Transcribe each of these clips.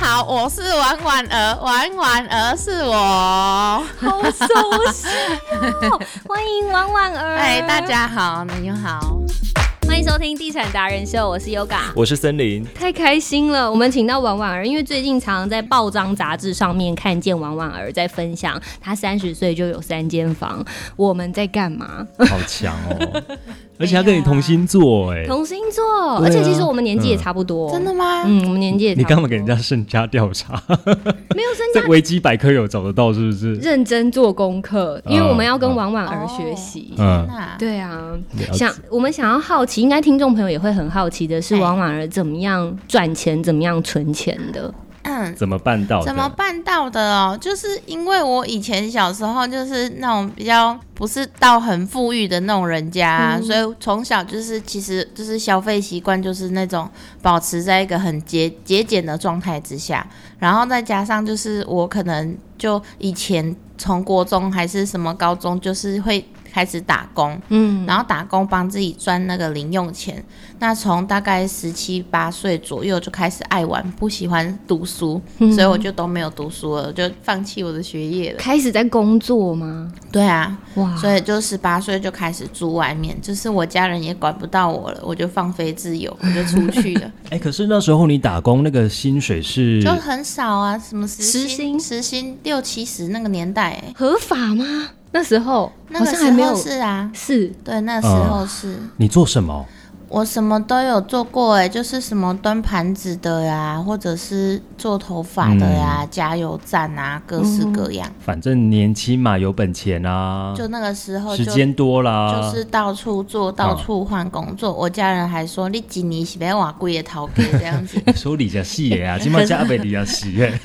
好，我是婉婉儿，婉婉儿是我。好熟悉哦！欢迎婉婉儿，哎，大，家好，你们好。欢迎收听《地产达人秀》，我是 Yoga。我是森林，太开心了！我们请到婉婉儿，因为最近常在报章杂志上面看见婉婉儿在分享，她三十岁就有三间房，我们在干嘛？ 好强哦！而且他跟你同星座哎，同星座，对而啊且其实我们年纪也差不多，真的。吗？嗯，我们年纪也差你不多干嘛给人家身家调查？没有增加在维基百科有找得到是不 是？认真做功课，因为我们要跟嗯婉婉儿学习。嗯，那对啊，了解想我们想要好奇，应该听众朋友也会很好奇的是，哎王婉儿怎么样赚钱，怎么样存钱的？嗯，怎么办到的？怎么办到的哦？就是因为我以前小时候就是那种比较不是到很富裕的那种人家啊、嗯所以从小就是其实就是消费习惯就是那种保持在一个很节节俭的状态之下，然后再加上就是我可能就以前从国中还是什么高中就是会开始打工，嗯，然后打工帮自己赚那个零用钱。那从大概十七八岁左右就开始爱玩，不喜欢读书，嗯所以我就都没有读书了，我就放弃我的学业了。开始在工作吗？对啊，哇，所以就十八岁就开始住外面，就是我家人也管不到我了，我就放飞自由，我就出去 了，哎、可是那时候你打工那个薪水是就很少啊，什么时时薪薪、时薪六七十那个年代、欸，合法吗？那时候那好个像时还没候有嗯是啊，是对，那时候是。你做什么？我什么都有做过哎、就是什么端盘子的呀、或者是做头发的呀、嗯加油站啊，各式各样。反正年轻嘛，有本钱啊，就那个时候时就间呃多啦，。就是到处做，到处换工作。我家人还说你几年是被瓦贵也逃给这样子哎说理解戏耶啊，今晚加倍理解戏耶。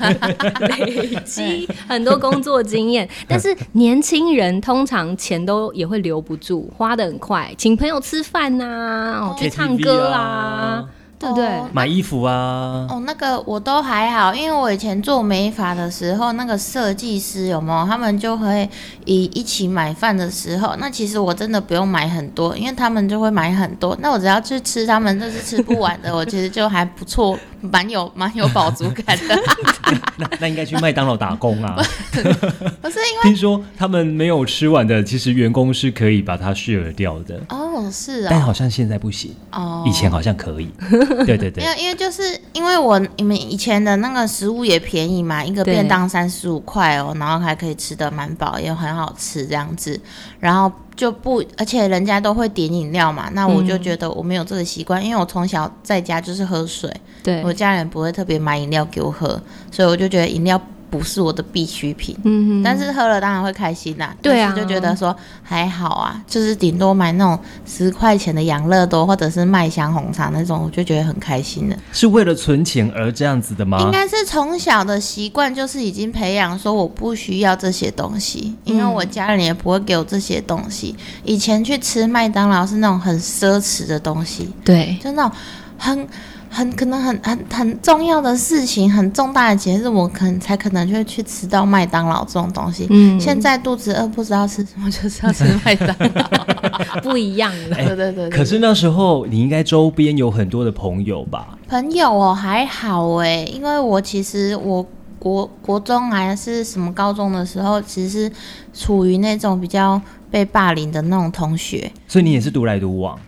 累 积很多工作经 验，但是年轻人通常钱都也会留不住，花的很快，请朋友吃饭呐、哦，去 KTV 唱歌啊啊，对不对？哦 买衣服啊，哦，那个我都还好，因为我以前做美发的时候，那个设计师有没有？他们就会一一起买饭的时候，那其实我真的不用买很多，因为他们就会买很多。那我只要去吃他们那是吃不完的，我其实就还不错，蛮有蛮有饱足感的。 那那应该去麦当劳打工啊。 不是因为听说他们没有吃完的，其实员工是可以把它 share 掉的，哦，是但哦，好像现在不行。哦，以前好像可以， 对没对对有，，因为就是因为我你们以前的那个食物也便宜嘛，一个对便当三十五块哦，然后还可以吃得蛮饱，也很好吃这样子，然后就不，而且人家都会点饮料嘛，那我就觉得我没有这个习惯，因为我从小在家就是喝水，对，我家人不会特别买饮料给我喝，所以我就觉得饮料不是我的必需品。嗯但是喝了当然会开心啦、对啊但是就觉得说还好啊，就是顶多买那种十块钱的养乐多或者是麦香红茶那种，我就觉得很开心了。是为了存钱而这样子的应吗？该是从小的习惯就是已经培养，说我不需要这些东西，因为我家人也不会给我这些东西。以前去吃麦当劳是那种很奢侈的东西，对，就那种很很可能很很很重要的事情，很重大的节日，我可能才可能就会去吃到麦当劳这种东西。嗯现在肚子饿不知道吃什么，就是要吃麦当劳。不一样了。对对对对可是那时候你应该周边有很多的朋友吧？朋友哦还好哎，因为我其实我国国中还是什么高中的时候，其实是处于那种比较被霸凌的那种同学，所以你也是独来独往，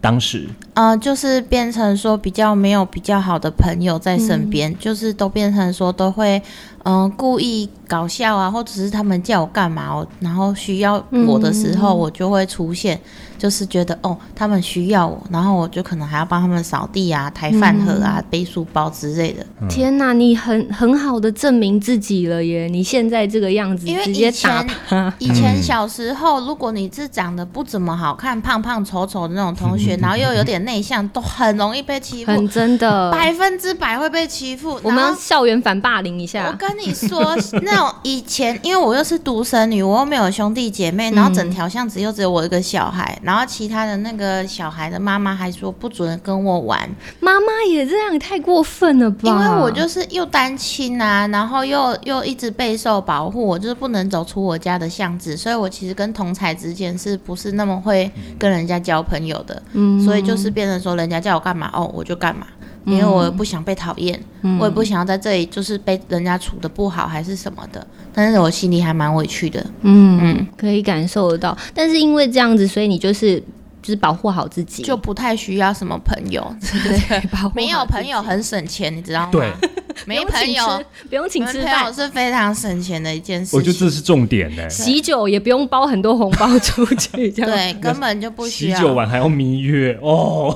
当时呃，就是变成说比较没有比较好的朋友在身边，就是都变成说都会嗯、呃故意搞笑啊，或者是他们叫我干嘛，我然后需要我的时候，嗯我就会出现，就是觉得哦他们需要我，然后我就可能还要帮他们扫地啊、抬饭盒啊、背书包之类的。天呐，你很很好的证明自己了耶！你现在这个样子，因为直以接打前趴。以前小时候，如果你是长得不怎么好看、胖胖丑丑的那种同 学，然后又有点内向，都很容易被欺负，很真的。百分之百会被欺负。我们然要后校园反霸凌一我下，跟你说，那种以前，因为我又是独生女，我又没有兄弟姐 妹，然后整条巷子又只有我一个小孩，然后其他的那个小孩的妈妈还说不准跟我玩，妈妈也这样，太过分了吧？因为我就是又单亲啊，然后又又一直备受保护，我就是不能走出我家的巷子，所以我其实跟同才之间是不是那么会跟人家交朋友的，嗯所以就是变成说人家叫我干嘛哦我就干嘛，因为我不想被讨厌，我也不想要在这里就是被人家处的不好还是什么的。但是我心里还蛮委屈的。嗯，可以感受得到。但是因为这样子，所以你就是就是保护好自己，就不太需要什么朋友，对，保护好没有自己朋友很省钱，你知道吗？对，不没用请朋友吃，不用请没吃朋友饭，是非常省钱的一件事我觉得情。这是重点呢、喜酒也不用包很多红包出去，这样对，根本就不需喜要。酒完还要蜜月 哦，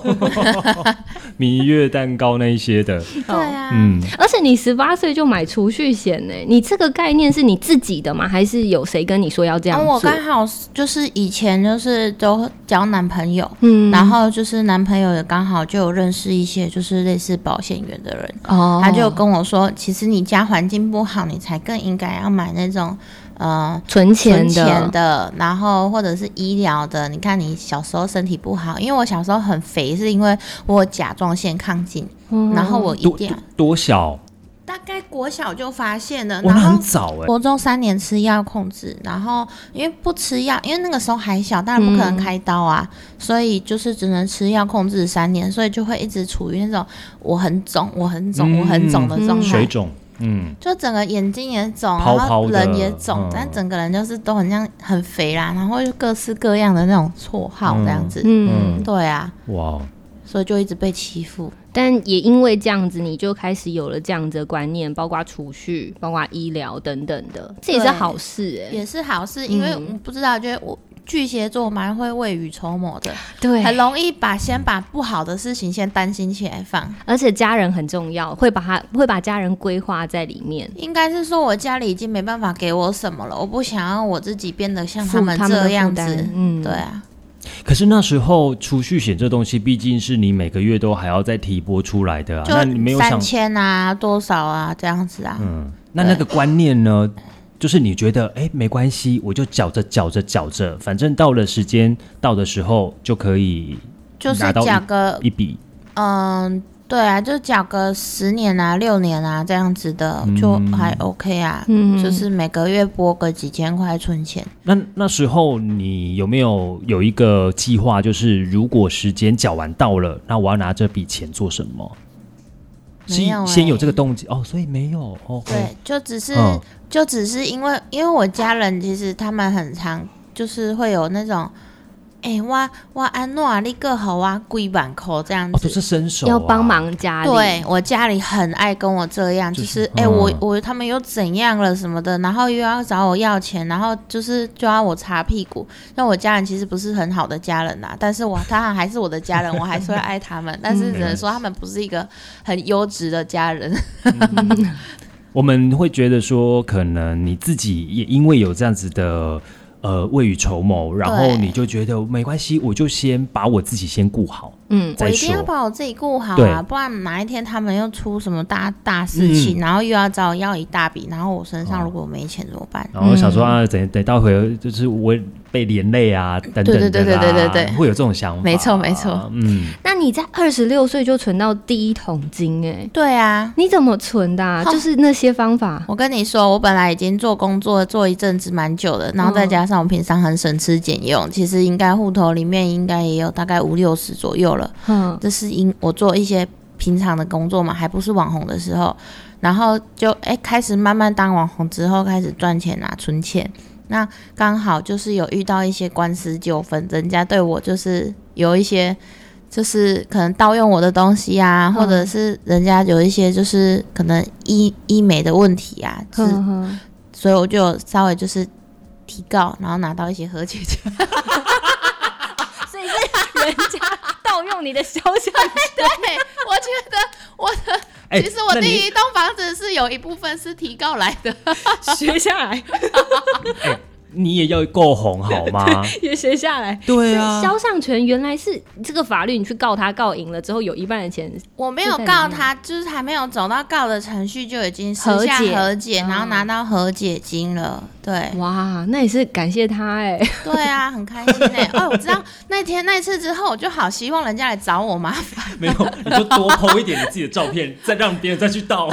蜜月蛋糕那一些的，哦对啊，嗯，而且你十八岁就买储蓄险呢、你这个概念是你自己的吗？还是有谁跟你说要这样然后做？啊哦我刚好就是以前就是都交男朋友，嗯然后就是男朋友也刚好就有认识一些就是类似保险员的人，哦他就跟我说，其实你家环境不好，你才更应该要买那种呃存钱存的，钱的，然后或者是医疗的。你看你小时候身体不好，因为我小时候很肥，是因为我有甲状腺亢进，嗯然后我一多定多多小，大概国小就发现了，哇，然那后很早哎、国中三年吃药控制，然后因为不吃药，因为那个时候还小，当然不可嗯能开刀啊，所以就是只能吃药控制三年，所以就会一直处于那种我很肿、我很肿、嗯我很肿的状态。水肿，嗯，就整个眼睛也肿，泡然泡后的人也肿，嗯但整个人就是都很像很肥啦，然后就各式各样的那种绰号这样子。嗯，对啊，哇，哦所以就一直被欺负。但也因为这样子，你就开始有了这样子的观念，包括储蓄、包括医疗等等的，这也是对好事哎、也是好事，因为嗯我不知道，觉得我巨蟹座蛮会未雨绸缪的，对很容易把先把不好的事情先担心起来放。而且家人很重要，会把他会把家人规划在里面。应该是说，我家里已经没办法给我什么了，我不想要我自己变得像负他们他们的这样负子担。嗯对啊，可是那时候储蓄险这东西，毕竟是你每个月都还要再提拨出来的、啊，就那你没有三想，千啊，多少啊，这样子啊。嗯，那那个观念呢？就是你觉得，哎、没关系，我就缴着缴着缴着，反正到了时间到的时候就可以就是拿到缴个一笔，嗯，对啊，就缴个十年啊、六年啊这样子的，嗯就还 OK 啊。嗯就是每个月拨个几千块存钱。那那时候你有没有有一个计划，就是如果时间缴完到了，那我要拿这笔钱做什么？是没有欸先有这个动机哦，所以没有哦。对，就只是、嗯就只是因为因为我家人其实他们很常就是会有那种，哎、我我安诺啊，你个好啊，贵板口这样哦，子。都是伸手、啊、要帮。忙家里，对我家里很爱跟我这样，就就是是哎、我嗯我他们又怎样了什么的，然后又要找我要钱，然后就是就要我擦屁股。那我家人其实不是很好的家人呐、但是我当然还是我的家人，我还是会爱他们，但嗯是只能说他们不是一个很优质的家人。我们会觉得说，可能你自己也因为有这样子的呃未雨绸缪，然后对你就觉得没关系，我就先把我自己先顾好嗯，我再一定要说。把我自己顾好啊，对嗯不然哪一天他们又出什么大大事情，然后又要找我要一大笔，然后我身上如果没钱怎么办？然后想嗯说啊，等等到会就是我被连累啊，等等的啦对对对对对对对会有这种想法，没错没错，嗯，那你在二十六岁就存到第一桶金、哎，对啊，你怎么存的、啊？哦就是那些方法，我跟你说，我本来已经做工作做一阵子蛮久的，然后再嗯加上我平常很省吃俭用，其实应该户头里面应该也有大概五六十左右了。嗯，这是因我做一些平常的工作嘛，还不是网红的时候，然后就哎、开始慢慢当网红之后开始赚钱啊，存钱。那刚好就是有遇到一些官司纠纷，人家对我就是有一些，就是可能盗用我的东西啊，嗯或者是人家有一些就是可能医医美的问题啊，是，呵呵所以我就有稍微就是提告，然后拿到一些和解金。 所以是人家盗用你的肖像对，我觉得我的哎、其实我那你第一栋房子是有一部分是提告来的， 学下来，你也要够红好 吗？也学下来。对啊肖像权原来是这个法律，你去告他，告赢了之后有一半的钱，我没有告他，就是还没有走到告的程序就已经私下和解和解，嗯然后拿到和解金了。对哇，那也是感谢他哎、对啊，很开心哎、哦，我知道那天那次之后，我就好希望人家来找我麻烦， 没有，你就多剖一点你自己的照片，再让别人再 去盗。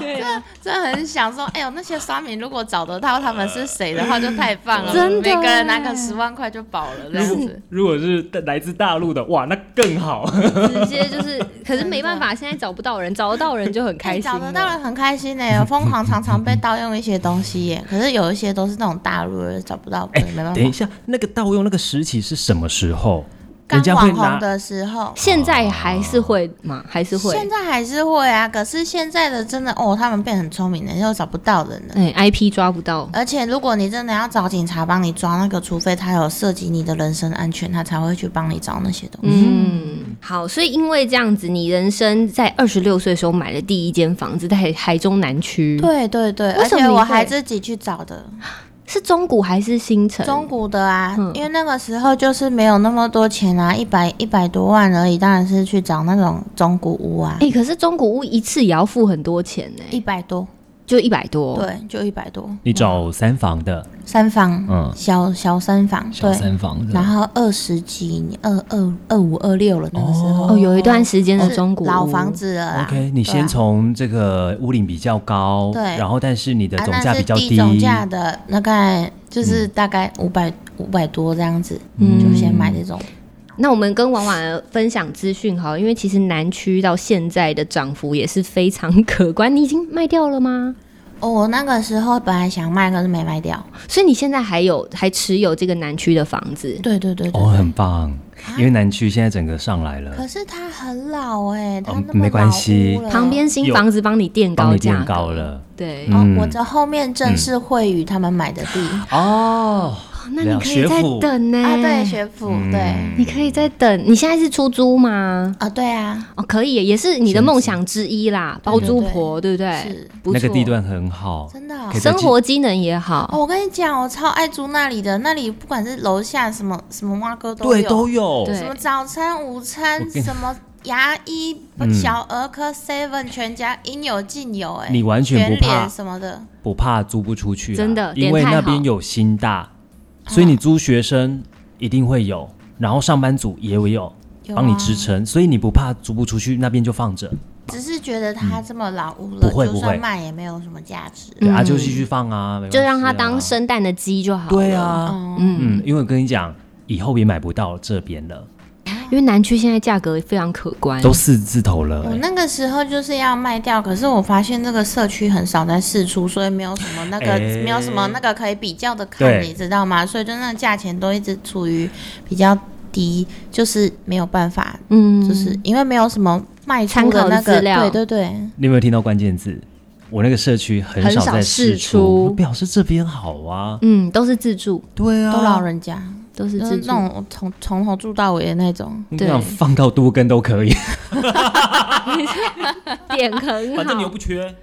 对真的很想说，哎呦，那些刷民如果找得到他们是谁的话，就太棒了， 真的嗯每个人拿哎个十万块就饱了这样子。如果是来自大陆的，哇，那更好。 直接就是，可可是没办法，现在找不到人，找得到人就很开哎，心。找得到人，很开心呢、我疯狂常常被盗用一些东西耶、可是有一些都是那种大陆人找不到，哎、没办等一法。下，那个盗用那个时期是什么时候？刚人家会网红拿的时候，现在还是会吗？还是会？现在还是会啊。可是现在的真的哦，他们变很聪明了，又找不到人了。哎、i p 抓不到，而且如果你真的要找警察帮你抓那个，除非他有涉及你的人身安全，他才会去帮你找那些东西。嗯，好，所以因为这样子，你人生在二十六岁的时候买了第一间房子，在台台中南区，，对对对，嗯为而什么且你我会还自己去找的，是中古还是新城？中古的啊嗯，因为那个时候就是没有那么多钱啊，一百一百多万而已，当然是去找那种中古屋啊，哎、可是中古屋一次也要付很多钱呢、一百多，就一百多。，对，就一百多，你找三房的，三房，嗯小小三房，小对，三房然的，后二十几，二二二五二六了那个时候，哦，有一段时间的是中古屋老房，子了啦 OK，你对啊先从这个屋龄比较高，对然后但是你的啊，总那价是比较地低，嗯总价的大概就是大概五百五百多这样子，就先买这种。嗯那我们跟婉婉分享资讯好了，因为其实南区到现在的涨幅也是非常可观。你已经卖掉了吗？哦，我那个时候本来想卖，可是没卖掉。所以你现在还有还持有这个南区的房子？对对对对。哦，很棒，因为南区现在整个上来了，啊可是它很老哎、它嗯那么老屋了、没关系旁边新房子帮你垫帮高你价垫格高。了。对，哦嗯，我这后面正是惠宇他们买的地、哦哦，那你可以了再学府等呢、啊，对，学府、嗯对你可以再等。你现在是出租吗？啊，对啊，哦，可以耶，也是你的梦想之一啦，包租婆，对不对？是不那个错，地段很好，真的哦、可以再生活机能也好。哦，我跟你讲，我超爱住那里的，那里不管是楼下什么什么蛙哥都对，有都有，对什么早餐、午我餐，跟什么牙医、嗯小儿科、Seven 全家应有尽有、哎，你完全不全怕脸什么的，不怕租不出去啦，啊真的因为点太好那嗯边有新大，所以你租学生一定会有，然后上班族也有有啊啊帮你支撑，所以你不怕租不出去，那边就放嗯着，只是觉得它这么老屋了，嗯不会不就算会卖也没有什么价值。对啊，嗯就继续放啊，没关系就啊让它当生蛋的鸡就好了。对，啊，嗯，嗯，嗯，因为我跟你讲，以后也买不到这边了，因为南区现在价格非常可观，都四字头了我嗯欸。那个时候就是要卖掉，可是我发现这个社区很少在试出，所以没有什么那个、哎没有什么那个可以比较的看，对你知道吗？所以就那个价钱都一直处于比较低，就是没有办法，嗯，就是因为没有什么卖出参考的的那个，资料对对对，你有没有听到关键字？我那个社区很很少少在试试出出，表示这边好啊，嗯，都是自住，对啊，都老人家。都是就自是住那。种从从头住到尾的那种。你对想放到都跟都可以，点很好，反正你又不缺。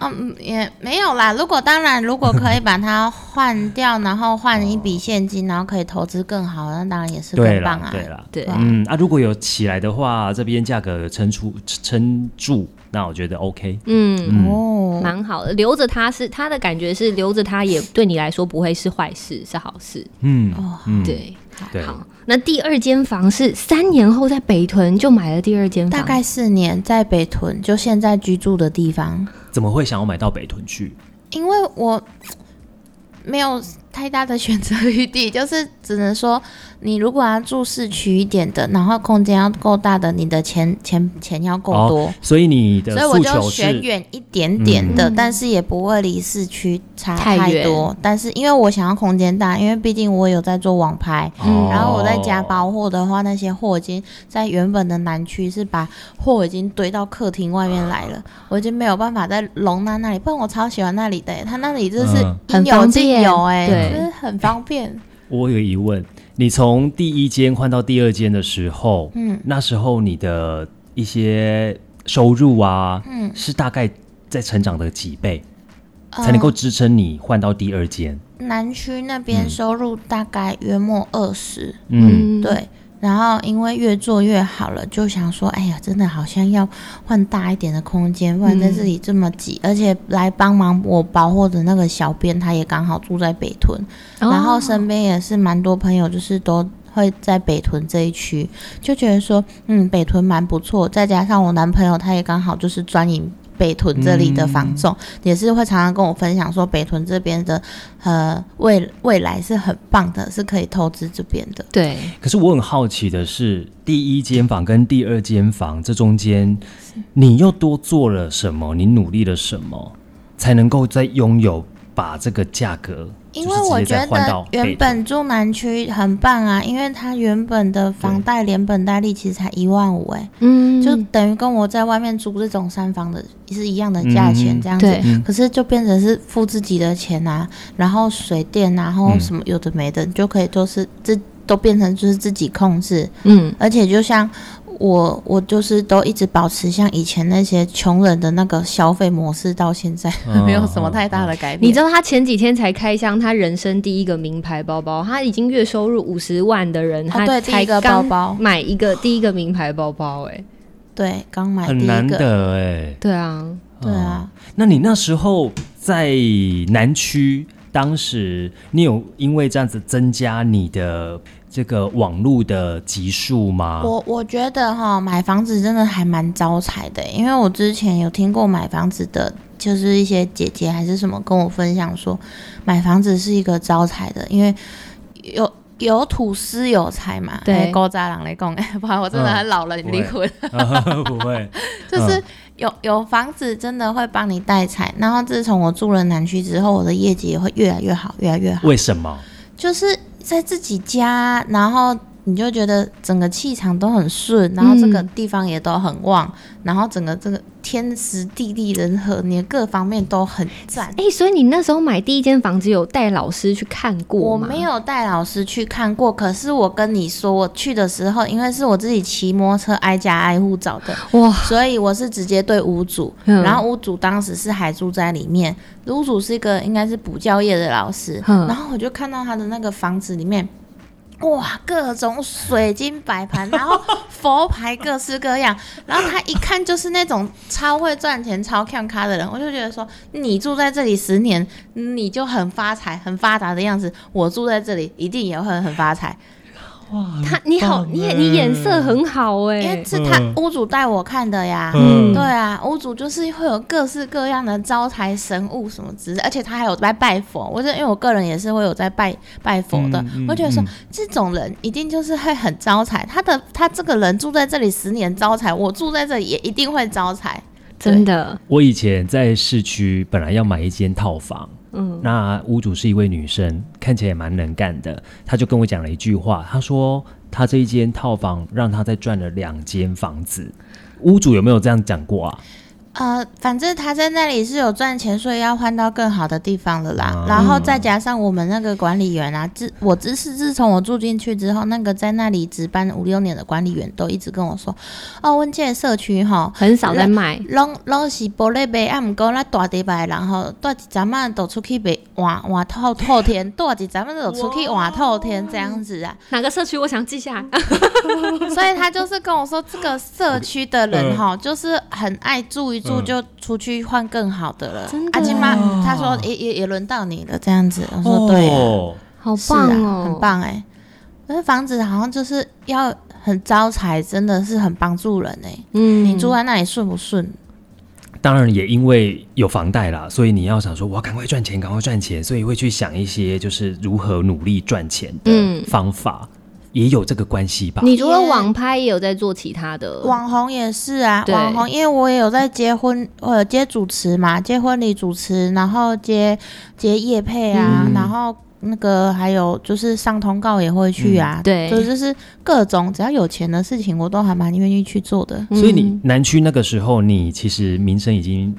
嗯，也没有啦。如果当然，如果可以把它换掉，然后换一笔现金，然后可以投资更好，那当然也是对更棒啦啊，。对啦，对嗯啊，如果有起来的话，这边价格有撑出撑住，那我觉得 OK。嗯，哦，蛮好的。留着它是它的感觉是留着它也对你来说不会是坏事，是好事。嗯哦嗯，对，对，好。那第二间房是三年后在北屯就买了第二间房，大概四年在北屯，就现在居住的地方，怎么会想要买到北屯去？因为我没有太大的 选择余地，就是只能说，你如果要住市区一点的，然后空间要够大的，你的钱钱钱要够哦多。所以你的所以我诉就求选是，远一点点的，嗯但是也不会离市区差太太远多。但是因为我想要空间大，因为毕竟我有在做网拍，哦嗯然后我在家包货的话，那些货已经在原本的南区是把货已经堆到客厅外面来了，我已经没有办法在容纳那里。不然我超喜欢那里的、欸，它那里就是嗯应有尽有、很方便欸，哎、对就是很方便。我有个疑问，你从第一间换到第二间的时候，嗯那时候你的一些收入啊，嗯，是大概在成长的几倍，呃才能够支撑你换到第二间？南区那边嗯收入大概约莫二十、嗯，对，然后因为越做越好了，就想说，哎呀，真的好像要换大一点的空间，不然在这里这么挤。而且来帮忙我保货的那个小编，他也刚好住在北屯，哦然后身边也是蛮多朋友，就是都。会在北屯这一区，就觉得说，嗯，北屯蛮不错。再加上我男朋友，他也刚好就是专营北屯这里的房仲，也是会常常跟我分享说，北屯这边的呃未未来是很棒的，是可以投资这边的。对，可是我很好奇的是，第一间房跟第二间房这中间，你又多做了什么？你努力了什么，才能够再拥有把这个价格？因为我觉得原本住南区很棒啊，因为它原本的房贷连本带利其实才一万五，哎，嗯，就等于跟我在外面租这种三房的是一样的价钱嗯这样子。对嗯可是就变成是付自己的钱啊，然后水电啊，然嗯后什么有的没的，你就可以都是这都变成就是自己控制。嗯，而且就像我，我就是都一直保持像以前那些穷人的那个消费模式，到现在、嗯没有什么太大的改变。你知道他前几天才开箱他人生第一个名牌包包，他已经月收入五十万的人，他哦对第才一个刚包包买一个第一个名牌包包、哎，对，刚买第很一难嗯个，的哎、对啊，对啊。那你那时候在南区，当时你有因为这样子增加你的这个网络的级数吗？我我觉得哈，买房子真的还蛮招财的，欸因为我之前有听过买房子的，就是一些姐姐还是什么跟我分享说，买房子是一个招财的，因为有有土司有财嘛。对哎古早人来讲，哎，不然我真的 很老了，嗯离婚。 不会，就是有有房子真的会帮你带财。然后自从我住了南区之后，我的业绩也会越来越好，越来越好。为什么？就是在自己家，然后你就觉得整个气场都很顺，然后这个地方也都很旺，然后整个这个天时地利人和，你的各方面都很赞。哎、所以你那时候买第一间房子有带老师去看过我吗？没有带老师去看过，可是我跟你说，我去的时候，因为是我自己骑摩托车挨家挨户找的，有，哇，所以我是直接对屋主，嗯然后屋主当时是还住在里面，屋主是一个应该是补教业的老师，嗯然后我就看到他的那个房子里面。哇，各种水晶摆盘，然后佛牌各式各样，然后他一看就是那种超会赚钱、超看咖的人，我就觉得说，你住在这里十年，你就很发财、很发达的样子，我住在这里一定也会很发财。哇，他你好，你也你眼色很好哎、因为是他嗯屋主带我看的呀。嗯对啊，屋主就是会有各式各样的招财神物什么之类，而且他还有在拜佛。我是因为我个人也是会有在拜拜佛的，嗯嗯我觉得说、嗯这种人一定就是会很招财。他的他这个人住在这里十年招财，我住在这里也一定会招财。真的，我以前在市区本来要买一间套房，嗯，那屋主是一位女生，看起来也蛮能干的，她就跟我讲了一句话，她说她这一间套房让她再赚了两间房子。屋主有没有这样讲过啊？呃，反正他在那里是有赚钱，所以要换到更好的地方了啦。啊然后再加上我们那个管理员啊，自我只是自从我住进去之后，那个在那里值班五六年的管理员都一直跟我说，哦，温界社区哈。很少在卖，拢拢是玻璃卖，啊，毋过咱大地牌，然后带一阵仔就出去卖，换换透透天，带一阵仔就出去换透天这样子啊。哪个社区我想记下来。所以他就是跟我说，这个社区的嗯人哈，就是很爱住一住嗯就出去换更好的了。啊真的哦阿金妈她说也也也轮到你了这样子，我说对啊，哦好是棒啊，哦，很。棒哎。那房子好像就是要很招财，真的是很帮助人哎。嗯，你住在那里顺不顺？当然也因为有房贷啦，所以你要想说我要赶快赚钱，赶快赚钱，所以会去想一些就是如何努力赚钱的嗯方法，也有这个关系吧？你除了网拍，也有在做其他的嗯网红也是啊，对网红，因为我也有在结婚，呃，接主持嘛，接婚礼主持，然后接接夜配啊，嗯然后那个还有就是上通告也会去啊，嗯对就就是各种只要有钱的事情，我都还蛮愿意去做的，所以你南区那个时候，你其实名声已经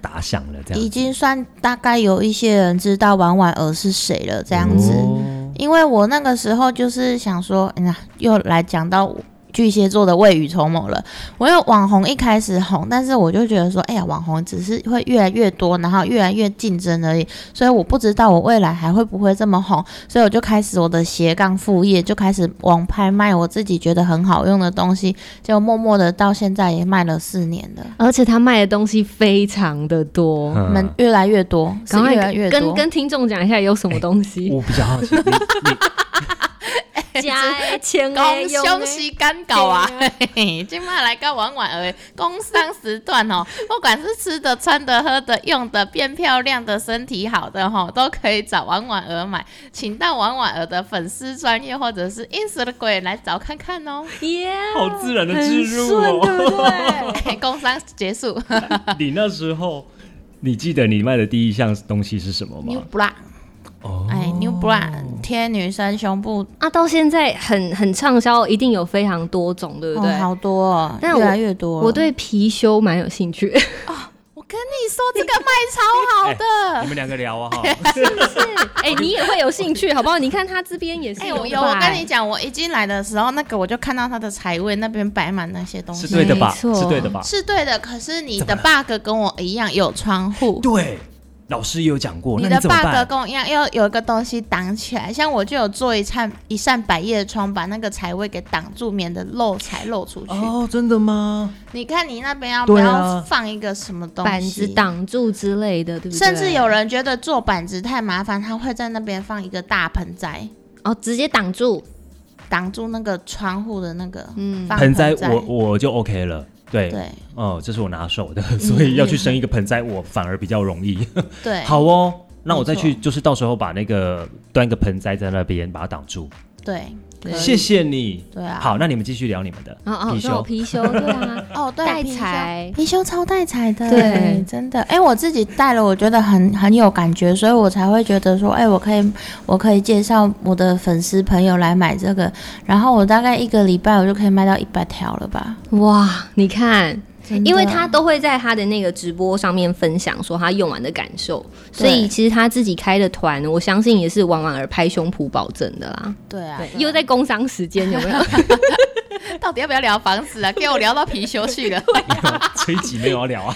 打响了，这样已经算大概有一些人知道婉婉儿是谁了，这样子。哦因为我那个时候就是想说，哎呀，又来讲到巨蟹座的未雨绸缪了。我有网红一开始红，但是我就觉得说，哎呀，网红只是会越来越多，然后越来越竞争而已，所以我不知道我未来还会不会这么红，所以我就开始我的斜杠副业，就开始网拍卖我自己觉得很好用的东西，就默默的到现在也卖了四年了。而且他卖的东西非常的多，我们嗯，越来越多，是赶快越来越多。 跟跟听众讲一下有什么东西。我比较好奇，你你 家诶，钱诶，讲用休诶息干搞啊对啊！今麦来个玩玩而已，呃工商时段哦， 不管是吃的、穿的、喝的、用的，变漂亮的、身体好的哈、哦，都可以找玩玩儿买，请到玩玩儿的粉丝专业或者是 Instagram 来找看看哦。耶，好自然的很置入顺，对哦。不对？工商结 束，你那时候，你记得你卖的第一项东西是什么牛吗？不辣。哦哎，New Brand 贴女生胸部，啊，到现在很很畅销，一定有非常多种，对不对？哦，好多、哦，但越我来越多了。我对貔貅蛮有 兴趣，我跟你说，这个卖超好的你。们两个聊 啊哈，是哎、你也会有兴趣，好不好？你看他这边也是哎、有的吧、我有，我跟你讲，我一进来的时候，那个我就看到他的财位那边摆满那些东是西，对的吧？没错是对的吧？是对的。可是你的 bug 跟我一样有窗户，对，老师也有讲过，那的怎么办 bug？跟我一样要有一个东西挡起来。像我就有做一扇一扇百叶窗，把那个财位给挡住，免得漏财漏出去。哦，真的吗？你看你那边要不对啊要放一个什么东西？板子挡住之类的，对不对？甚至有人觉得做板子太麻烦，他会在那边放一个大盆栽，哦，直接挡住，挡住那个窗户的那个嗯放盆栽栽。我我就 OK 了，对，对嗯哦，这是我拿手的， 所以要去生一个盆栽，我反而比较容易。对，好哦，那我再没去，就是到时候把那个端一个盆栽在那边把它挡住。对对谢谢你。对啊。好，那你们继续聊你们的哦哦，貔那我貅。貔貅，对啊，哦， 对，带貔貅财貔貅超带财的，对真的。哎、我自己带了，我觉得很很有感觉，所以我才会觉得说，哎、我可以，我可以介绍我的粉丝朋友来买这个，然后我大概一个礼拜我就可以卖到一百条了吧？哇，你看。真的因为他都会在他的那个直播上面分享说他用完的感受，所对以其实他自己开的团，我相信也是婉婉儿拍胸脯保证的啦。对啊，对，又在工伤时间有没有？ 到底要不要聊房子啊？给我聊到貔貅去了。 这一集没有 要聊啊，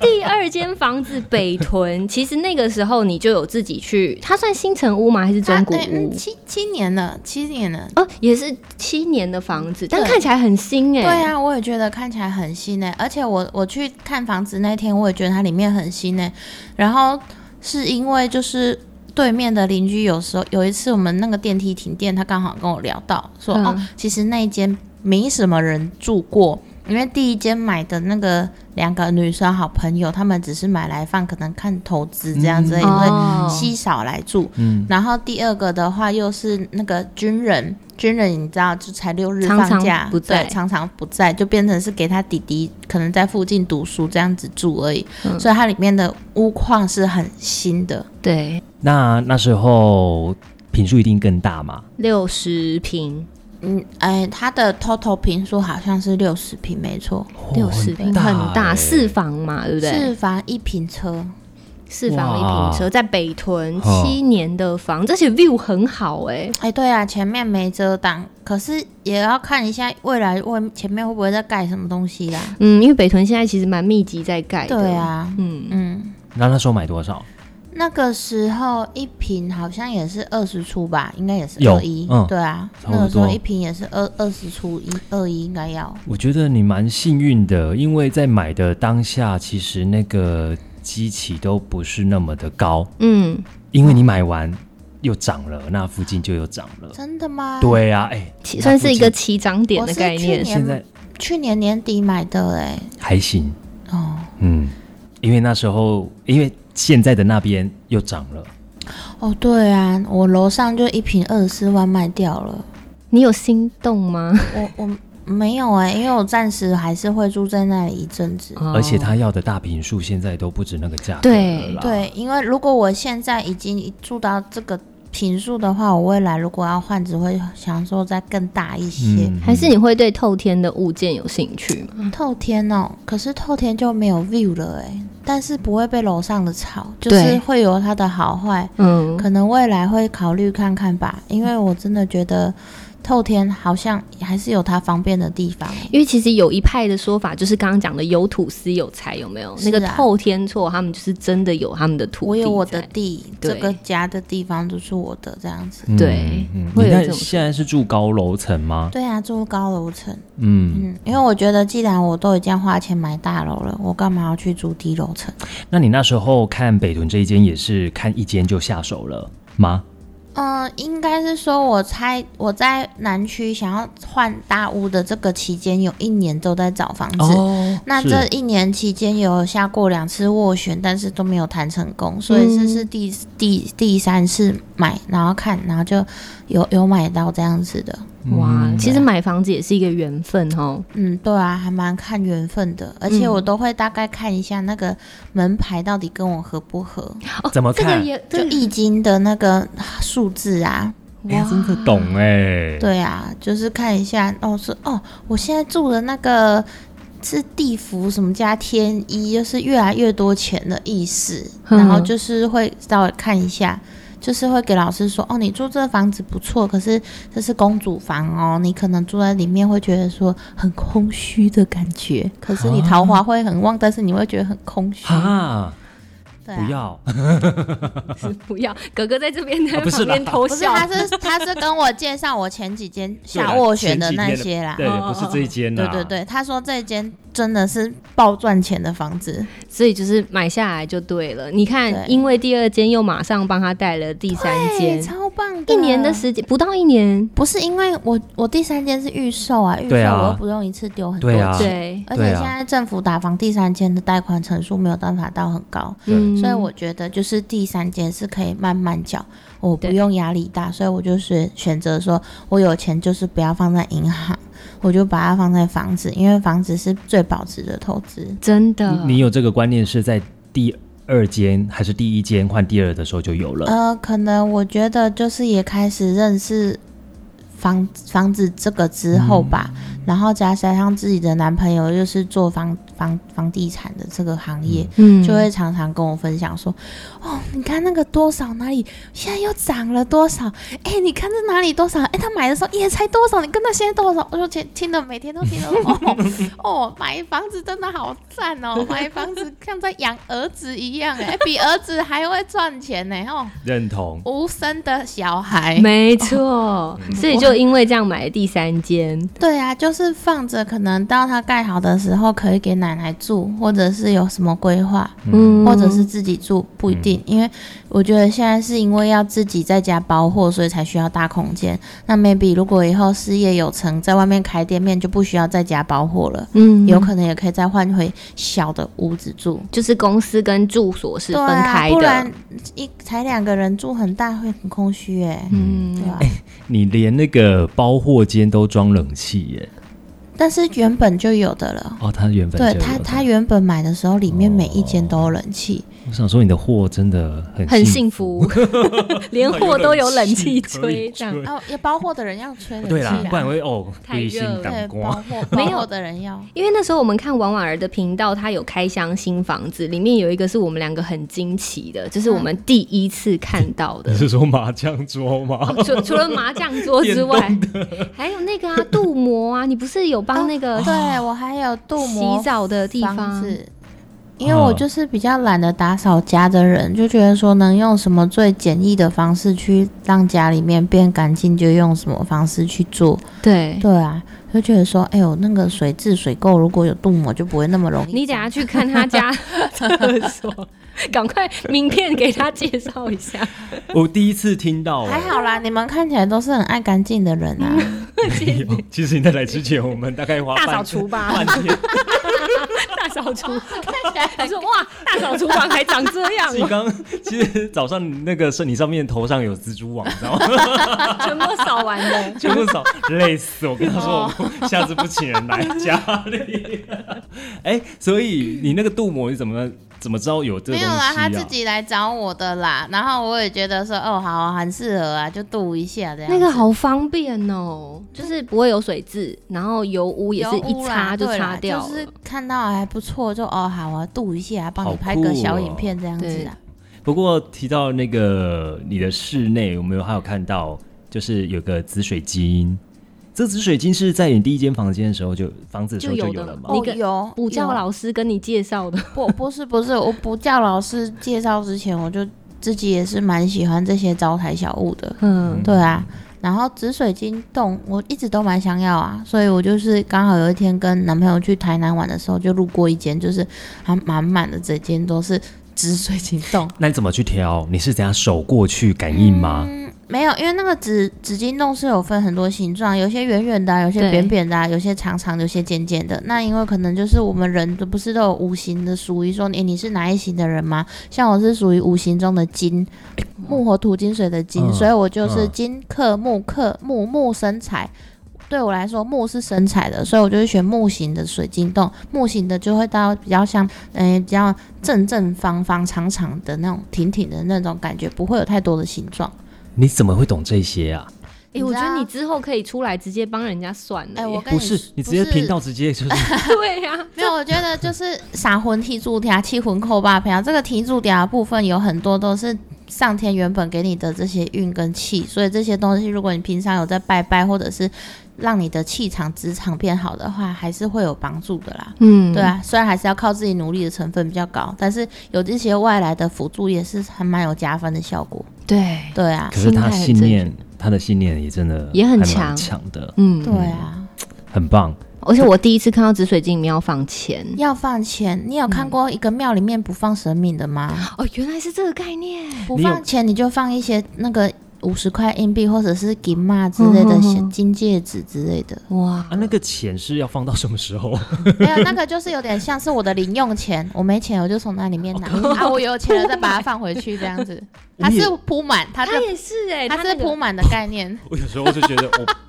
第二间房子北屯，其实那个时候你就有自己去，它算新城屋吗？还是中古啊对屋嗯？七七年了，七年了。哦，也是七年的房子，但对看起来很新哎、对啊，我也觉得看起来很新诶、而且我我去看房子那天，我也觉得它里面很新诶、欸然后是因为就是对面的邻居有时候有一次我们那个电梯停电，他刚好跟我聊到说、嗯哦，其实那一间没什么人住过，因为第一间买的那个两个女生好朋友，她们只是买来放，可能看投资这样子而已，嗯所以哦稀少来住。嗯，然后第二个的话，又是那个军人，军人你知道，就才六日常放常假，不在对，常常不在，就变成是给他弟弟可能在附近读书这样子住而已。嗯所以它里面的屋况是很新的，对，那那时候品数一定更大嘛？六十平，嗯，哎，它的 total 平数好像是六十平，没错，哦六十平哦大很大，欸四房嘛，对不四对？房一平车，四房一平车，哇在北屯哦七年的房，这些 view 很好哎、哎，对啊，前面没遮挡，可是也要看一下未来外前面会不会再盖什么东西啦。嗯，因为北屯现在其实蛮密集在盖的，对，啊，嗯，嗯。那那时候买多少？那个时候一瓶好像也是二十出吧，应该也是有二一、嗯对啊，差不那多个时候一瓶也是二二十出一二一应该要，我觉得你蛮幸运的，因为在买的当下，其实那个基期都不是那么的高，嗯，因为你买完又涨了，那附近就又涨了。真的吗？，对啊，哎、起算是一个那附起涨点我的是概去念。近现在去年年底买的哎、还行，哦嗯，因为那时候因为现在的那边又涨了，哦对啊，我楼上就一瓶二十四万卖掉了，你有心动吗？嗯我我没有哎、因为我暂时还是会住在那里一阵子。而且他要的大平数现在都不止那个价格对了啦对，因为如果我现在已经住到这个平数的话，我未来如果要换，只会享受再更大一嗯些。还是你会对透天的物件有兴趣吗？透天哦，可是透天就没有 view 了哎，但是不会被楼上的吵，就对是会有它的好坏，嗯，可能未来会考虑看看吧，因为我真的觉得透天好像还是有它方便的地方欸。因为其实有一派的说法，就是刚刚讲的有土司有财，有没有？是那啊个透天错，他们就是真的有他们的土地。我有我的。地，对这个家的地方就是我的这样子。嗯对嗯会有这你看种现在是住高楼层吗？对啊，住高楼层，嗯，嗯，因为我觉得既然我都已经花钱买大楼了，我干嘛要去住低楼层？那你那时候看北屯这一间也是看一间就下手了吗？嗯，应该是说，我猜我在南区想要换大屋的这个期间，有一年都在找房子。哦那是这一年期间有下过两次斡旋，但是都没有谈成功，所以这是第、第第三次买，然后看，然后就有有买到这样子的。哇，其实买房子也是一个缘分哦。嗯，对啊，还蛮看缘分的，而且我都会大概看一下那个门牌到底跟我合不合，哦，怎么这个看也就这易经的那个数字啊。哎呀，真的懂哎，对啊，就是看一下哦，是哦，我现在住的那个是地府什么加天一，就是越来越多钱的意思，嗯然后就是会稍微看一下。就是会给老师说，哦，你住这房子不错，可是这是公主房哦，你可能住在里面会觉得说很空虚的感觉，可是你桃花会很旺，但是你会觉得很空虚。哈，对啊啊不要，是不 要，哥哥在这边在啊不是旁啦边偷哦不是，笑。他是 他是跟我介绍我前几间啊下斡旋的那些啦，对，不是这一间啊对啦，对对，他说这间真的是爆赚钱的房子，所以就是买下来就对了。你看，对因为第二间又马上帮他带了第三哎间，超棒的，一年的时间不到一年，不是因为我我第三间是预售啊，预售对啊我又不用一次丢很多对啊钱，对，而且对啊现在政府打房第三间的贷款成数没有办法到很高，对嗯所以我觉得就是第三间是可以慢慢缴，我不对用压力大，所以我就是选择说我有钱就是不要放在银行，我就把它放在房子，因为房子是最保值的投资。真的你你有这个观念是在第二间还是第一间换第二的时候就有了？呃，可能我觉得就是也开始认识房房子这个之后吧，然后加上自己的男朋友又是做房房房地产的这个行业。嗯就会常常跟我分享说，哦，你看那个多少哪里现在又涨了多少？哎、你看这哪里多少？哎、他买的时候也才多少，你跟他现在多少？我就听听了，每天都听了，哦哦，买房子真的好赞哦，买房子像在养儿子一样，哎、比儿子还会赚钱呢，哦，认同，无声的小孩。没哦错，嗯所以就因为这样买了第三间，对啊，就是放着，可能到他盖好的时候可以给奶奶住，或者是有什么规划，嗯，或者是自己住，不一定。因为我觉得现在是因为要自己在家包货，所以才需要大空间。那 maybe 如果以后事业有成，在外面开店面就不需要在家包货了，嗯有可能也可以再换回小的屋子住。就是公司跟住所是对分啊，开不的然，一才两个人住很大会很空虚哎、嗯对吧、你连那个包货间都装冷气耶？但是原本就有的了。哦，他原本对就有他，的哦他原本买的时候，里面每一间都有冷气，我想说你的货真的很很幸幸福， 连货都有冷气吹，这样对哦，要包货的人要吹冷对气啦，不然啊，会哦，太对心热了挡对，包光。 货没包有货的人要。因为那时候我们看王婉儿的频道，她有开箱新房子，里面有一个是我们两个很惊奇的，就是我们第一次看到的 你。是说麻将桌吗？哦除除了麻将桌之外， 还有那个啊，镀膜啊，你不是有帮那个哦对我还有镀膜洗澡的地房方？子，因为我嗯就是比较懒得打扫家的人，就觉得说能用什么最简易的方式去让家里面变干净，就用什么方式去做。对，对啊，就觉得说，哎呦，那个水质水垢如果有镀膜，就不会那么容易。你等下去看他家 厕所， 赶快名片给他介绍一下。我第一次听到哎还好啦，你们看起来都是很爱干净的人啊。没有其实你在来之前，我们大概花大半扫除吧半 天。大扫 除，看起来我说哇，大扫除房还长这样你哦，刚其实早上那个是你上面头上有蜘蛛网，你知道吗？ 全部都扫完了。全部扫，累死我！跟他说，我下次不请人来家里。 哎，所以你那个镀膜你怎么怎么知道有这个没东有西啦，啊？他自己来找我的啦。然后我也觉得说，哦，好啊，很适合啊，就镀一下这样子。那个好方便哦，就是不会有水渍，然后油污也是油一污啦擦就对啦擦掉了。就是看到还不错，就哦好啊，度一下，帮好你拍个酷小哦影片这样子啊。不过提到那个你的室内，我们有还有看到，就是有个紫水晶。这紫水晶是在你第一间房间的时候就房子的时候就就有的有了吗？哦哦那个有补教有老师跟你介绍的，不不是不是，我补教老师介绍之前，我就自己也是蛮喜欢这些招财小物的，嗯，对啊。然后紫水晶洞我一直都蛮想要啊，所以我就是刚好有一天跟男朋友去台南玩的时候，就路过一间，就是还满满的整间都是紫水晶洞。那你怎么去挑？你是怎样手过去感应吗？嗯，没有，因为那个纸纸巾洞是有分很多形状，有些圆圆的、啊，有些对扁扁的、啊，有些长长，有些尖尖的。那因为可能就是我们人都不是都有五行的属于说，诶，你是哪一行的人吗？像我是属于五行中的金，木火土金水的金，嗯所以我就是嗯金克木克木木生财。对我来说，木是生财的，所以我就会选木型的水晶洞。木型的就会到比较像，嗯、比较正正方方、长长的那种、挺挺的那种感觉，不会有太多的形状。你怎么会懂这些啊？哎、我觉得你之后可以出来直接帮人家算了耶。哎、我跟不你是，你直接频道直接就是 对啊呀、 没有，我觉得就是撒魂踢柱条、七魂扣八瓢，这个踢柱条的部分有很多都是上天原本给你的这些运跟气，所以这些东西如果你平常有在拜拜，或者是让你的气场、职场变好的话，还是会有帮助的啦。嗯对，啊，虽然还是要靠自己努力的成分比较高，但是有这些外来的辅助也是还蛮有加分的效果。对，对啊，可是他心态很信念，他的信念也真的也很还蛮强强的，嗯，对啊，很棒。而且我第一次看到紫水晶庙放钱，要放钱。你有看过一个庙里面不放神明的吗？哦，原来是这个概念。不你有放钱，你就放一些那个五十块硬币或者是金嘛之类的嗯哼哼。小金戒指之类的哇，啊，那个钱是要放到什么时候？没有，那个就是有点像是我的零用钱，我没钱我就从那里面拿，啊，我有钱了再把它放回去，这样子。它你也是铺满，它他是也是哎、它他是那个铺满的概念， 我有时候就觉得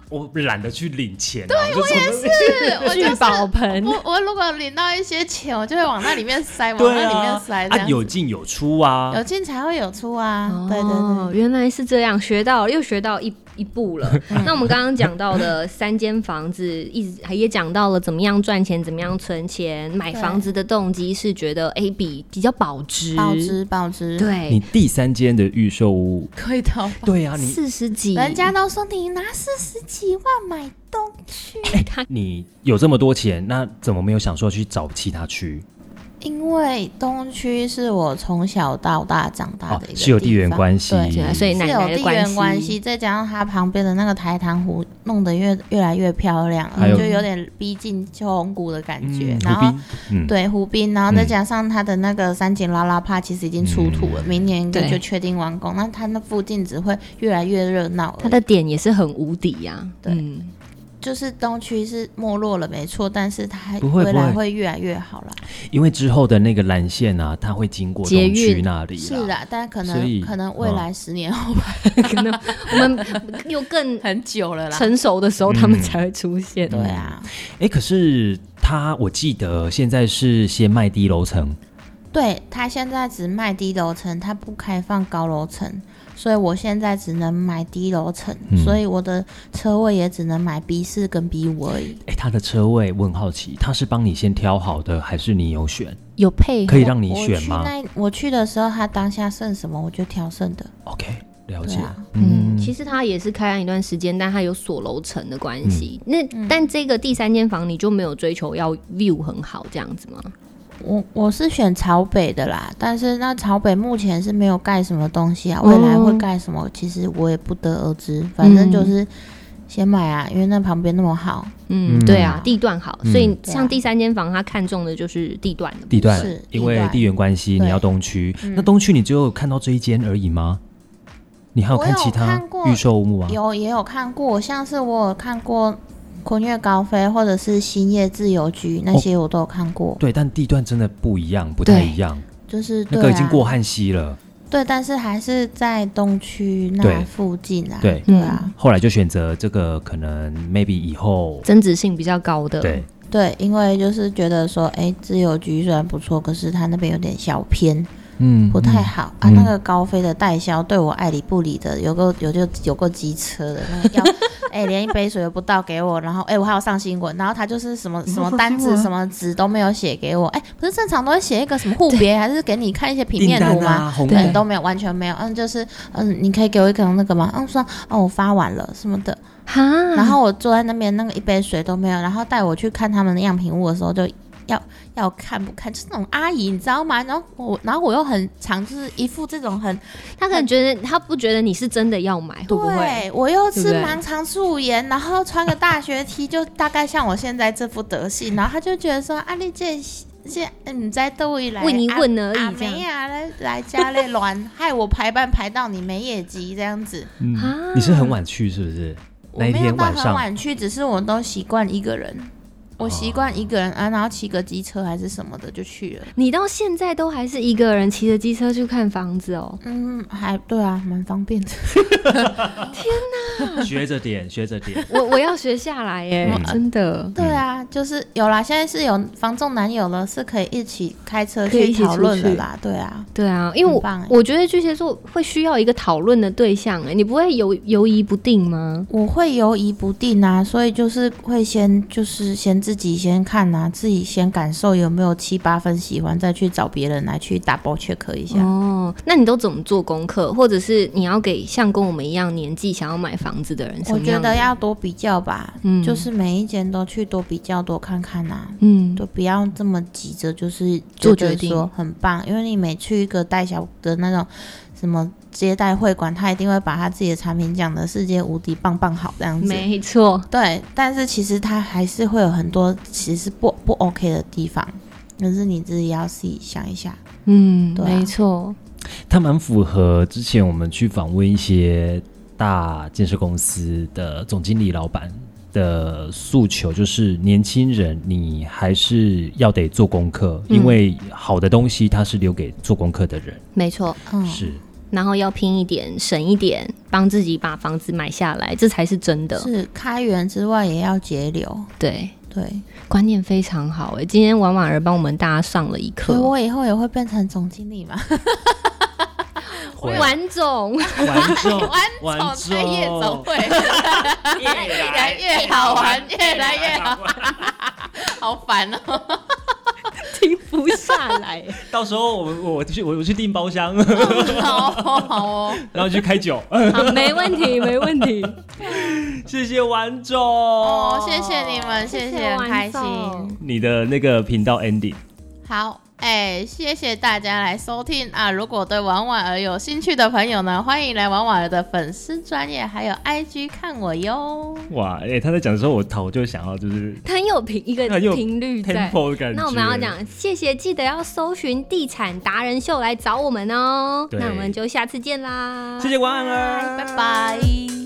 我我懒得去领钱、啊，对我也是，是我就聚是。宝盆我我如果领到一些钱，我就会往那里面塞，往对那里面啊，塞，这啊样有子进有出啊，有进才会有出啊。对对哦对，，原来是这样，学到又学到一一 步了。嗯那我们刚刚讲到的 三间房子，一直也讲到了怎么样赚钱，怎么样存钱。买对房子的动机是觉得哎，比比较保值，保值保值，对，你第三间的预售屋，可以到吧？对啊，你四十几，人家都说你拿四十几万买东区，哎你有这么多钱，那怎么没有想说去找其他区？因为东区是我从小到大长大哦的一个、，是有地缘关系对，对啊，所以奶是有奶的地缘关系，系，再加上它旁边的那个台糖湖弄得越越来越漂亮，还有就有点逼近秋红谷的感觉。嗯然湖后滨，嗯，对湖滨，然后再加上它的那个三井拉拉帕，其实已经出土了，嗯明年应该对就确定完工。那它那附近只会越来越热闹而已。它的点也是很无敌呀、对嗯，就是东区是没落了，没错，但是它不会未不来会会越来越好啦。因为之后的那个蓝线啊，它会经过捷东区运那里是啦。啦，但可所以能可能未来十年后吧，可能我们又 更很久了啦。成熟的时候，嗯他们才会出现。对啊，哎，可是它，我记得现在是先卖低楼层，对他现在只卖低楼层，他不开放高楼层，所以我现在只能买低楼层，嗯所以我的车位也只能买 B 四跟 B 五而已。哎，它的车位我很好奇，它是帮你先挑好的，还是你有选？有配合可以让你我选去吗那我去的时候，他当下剩什么我就挑剩的。 ？OK，了对解。啊嗯，其实它也是开案一段时间，但它有锁楼层的关系。嗯嗯那但这个第三间房你就没有追求要 view 很好这样子吗？我我是选朝北的啦，但是那朝北目前是没有盖什么东西啊，哦未来会盖什么，其实我也不得而知。反正就是先买啊，因为那旁边那么好，嗯，嗯对啊，地段好，嗯啊所以对啊像第三间房，它看中的就是地段的部分地段是，因地为段地缘关系，你对要东区。嗯那东区你只有看到这一间而已吗？你还有我看有其他看过预售物啊？有也有看过，像是我有看过昆月高飞或者是新业自由居哦那些我都有看过，对，但地段真的不一样，不太一样。就是对、那啊、个已经过汉溪了，对，但是还是在东区对那附近啊，对啊，后来就选择这个，可能 maybe 以后增值性比较高的。对，对，因为就是觉得说，哎，自由居虽然不错，可是它那边有点小偏，嗯，不太好、嗯啊。那个高飞的代销对我爱理不理的，有个有就有个机车的，那个要哎、连一杯水都不倒给我，然后哎、我还要上新闻，然后他就是什么什么单子什么纸都没有写给我，哎、不是正常都会写一个什么互别还是给你看一些平订面单图吗？啊，红对，单都没有，完全没有。嗯，就是嗯，你可以给我一个那个吗？嗯，说哦，我发完了什么的。哈，然后我坐在那边，那个一杯水都没有。然后带我去看他们的样品屋的时候，就要要看不看，就是那种阿姨，你知道吗？然后我，然后我又很常就是一副这种很他可能觉得他不觉得你是真的要买，会不会？对我又吃对不对盲肠素盐，然后穿个大学 T，就大概像我现在这副德性。然后他就觉得说，啊，你这现你在都以来为你问而已阿这样梅啊，来来家里乱， 害我排班排到你没业绩这样子。嗯啊你是很晚去是不是？啊我那一没有天到晚很上，哦晚去，只是我都习惯一个人，我习惯一个人啊，然后骑个机车还是什么的就去了。你到现在都还是一个人骑着机车去看房子哦？嗯，还对啊，蛮方便的。学着点，学着点。我我要学下来 耶，嗯真的。对啊，就是有啦，现在是有房仲男友了，是可以一起开车可以去一起讨论出的去啦。对啊，对啊，因为我很棒耶我觉得巨蟹座会需要一个讨论的对象，哎，你不会犹犹疑不定吗？我会犹疑不定啊，所以就是会先就是先自己先看啊，自己先感受有没有七八分喜欢，再去找别人来去 double check 一下。哦，那你都怎么做功课，或者是你要给像跟我们一样年纪想要买房子的人什我么觉样的？得要多比较吧，嗯就是每一间都去多比较，多看看啊，嗯，就不要这么急着就是做觉得决定说很棒，因为你每去一个带小的那种什么接待会馆，他一定会把他自己的产品讲的世界无敌棒棒好这样子。没错，对，但是其实它还是会有很多其实不不 OK 的地方，可是你自己要自己想一下。嗯，对啊没错，它蛮符合之前我们去访问一些大建设公司的总经理、老板的诉求，就是年轻人你还是要得做功课，嗯因为好的东西它是留给做功课的人。没错。嗯，是，然后要拼一点，省一点，帮自己把房子买下来，这才是真的。是开源之外也要节流。对，对，观念非常好诶、今天婉婉儿帮我们大家上了一所以课。我以后也会变成总经理嘛。婉 总，玩重， 玩玩总在夜总重， 会，越来越好 玩，越来越好， 好烦哦。停不下来。到时候我我我去我我去订 包厢，好哦，好哦，然后去开酒。 好，没问题，没问题。谢谢玩总，哦，谢谢你们，谢谢谢很王开心。总你的那个频道 ending。好，哎、谢谢大家来收听啊！如果对婉婉儿有兴趣的朋友呢，欢迎来婉婉儿的粉丝专业还有 IG 看我哟。哇，哎、他在讲的时候，我头就想要就是它很有频一个很有频率在。 tempo 的感觉。那我们要，讲谢谢，记得要搜寻地产达人秀来找我们哦。对那我们就下次见啦，谢谢王安儿，拜拜。